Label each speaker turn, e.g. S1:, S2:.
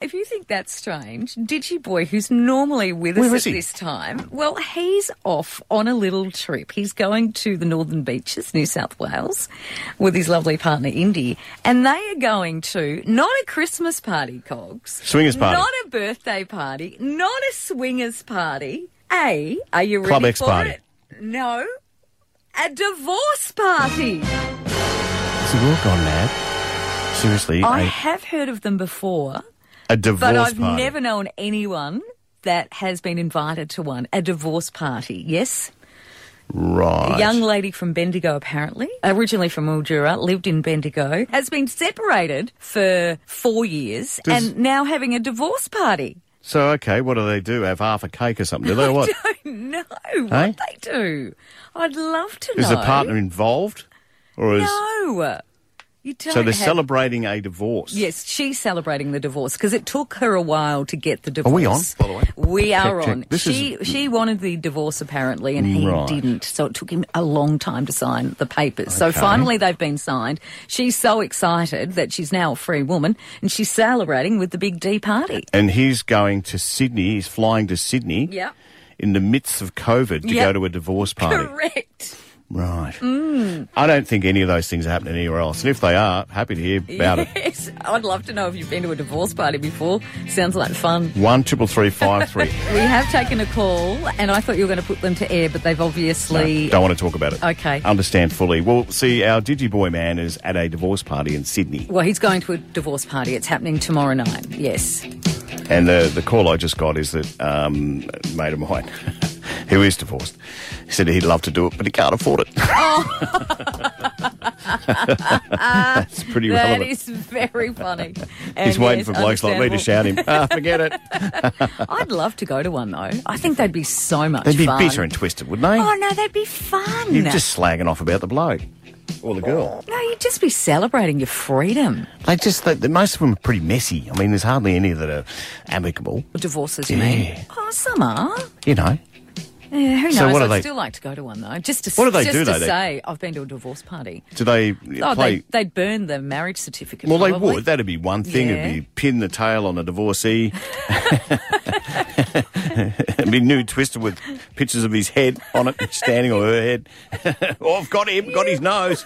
S1: if you think that's strange, Digi Boy, who's normally with us
S2: Where
S1: at
S2: is he?
S1: this time, well, he's off on a little trip. He's going to the Northern Beaches, New South Wales, with his lovely partner Indy, and they are going to not a Christmas party, Cogs,
S2: Swingers party.
S1: not a birthday party, not a swingers party. A, are you ready
S2: Club X
S1: for
S2: party.
S1: it? No, a divorce party.
S2: Has the world gone mad? Seriously,
S1: I
S2: a,
S1: have heard of them before.
S2: a divorce
S1: But I've
S2: party.
S1: never known anyone that has been invited to one, a divorce party. Yes.
S2: Right.
S1: A young lady from Bendigo, apparently, originally from Mildura, lived in Bendigo, has been separated for four years
S2: Does-
S1: and now having a divorce party.
S2: So okay, what do they do? Have half a cake or something? Do they or what?
S1: I don't know what they do. I'd love to
S2: Is
S1: know.
S2: the partner involved, or is
S1: No. You don't
S2: so they're
S1: have-
S2: celebrating a divorce?
S1: Yes, she's celebrating the divorce because it took her a while to get the divorce.
S2: Are we on, by the way?
S1: We are
S2: check.
S1: on.
S2: This
S1: she she wanted the divorce apparently, and he
S2: Right.
S1: didn't. So it took him a long time to sign the papers. So
S2: Okay.
S1: finally, they've been signed. She's so excited that she's now a free woman, and she's celebrating with the big D party.
S2: And he's going to Sydney. He's flying to Sydney.
S1: Yep.
S2: In the midst of COVID, to
S1: Yep.
S2: go to a divorce party.
S1: Correct. Mm.
S2: Right. I don't think any of those things are happening anywhere else. And if they are, happy to hear about it.
S1: yes, I'd love to know if you've been to a divorce party before. Sounds like fun.
S2: One triple three five three.
S1: We have taken a call, and I thought you were going to put them to air, but they've obviously
S2: Don't want to talk about it.
S1: Okay.
S2: Understand fully. Well, see, our Digi Boy man is at a divorce party in Sydney,
S1: Well, he's going to a divorce party. It's happening tomorrow night. Yes.
S2: and the the call I just got is that um, a mate of mine, who is divorced, said he'd love to do it, but he can't afford it.
S1: Oh.
S2: That's pretty
S1: That
S2: relevant.
S1: is very funny.
S2: He's
S1: And
S2: waiting
S1: yes,
S2: for blokes like me to
S1: understandable.
S2: shout him. Ah, forget it.
S1: I'd love to go to one though. I think they'd be so much
S2: They'd be
S1: fun.
S2: bitter and twisted, wouldn't they?
S1: Oh no, that'd be fun.
S2: You're just slagging off about the bloke or the girl.
S1: No, you'd just be celebrating your freedom.
S2: They just they, they- most of them are pretty messy. I mean, there's hardly any that are amicable.
S1: Or divorces, you
S2: Yeah.
S1: mean? Oh, some are.
S2: You know,
S1: Yeah, who knows?
S2: So what do
S1: I'd
S2: they-
S1: still like to go to one though. Just to,
S2: What do they
S1: just
S2: do,
S1: to
S2: though? They-
S1: say, I've been to a divorce party.
S2: do they
S1: Oh,
S2: play?
S1: they'd, they'd burn the marriage certificate.
S2: well, they
S1: probably.
S2: would. That'd be one thing.
S1: Yeah.
S2: It'd be pin the tail on a divorcee. It'd be nude twisted with pictures of his head on it, standing on her head. oh, I've got him. Got his nose.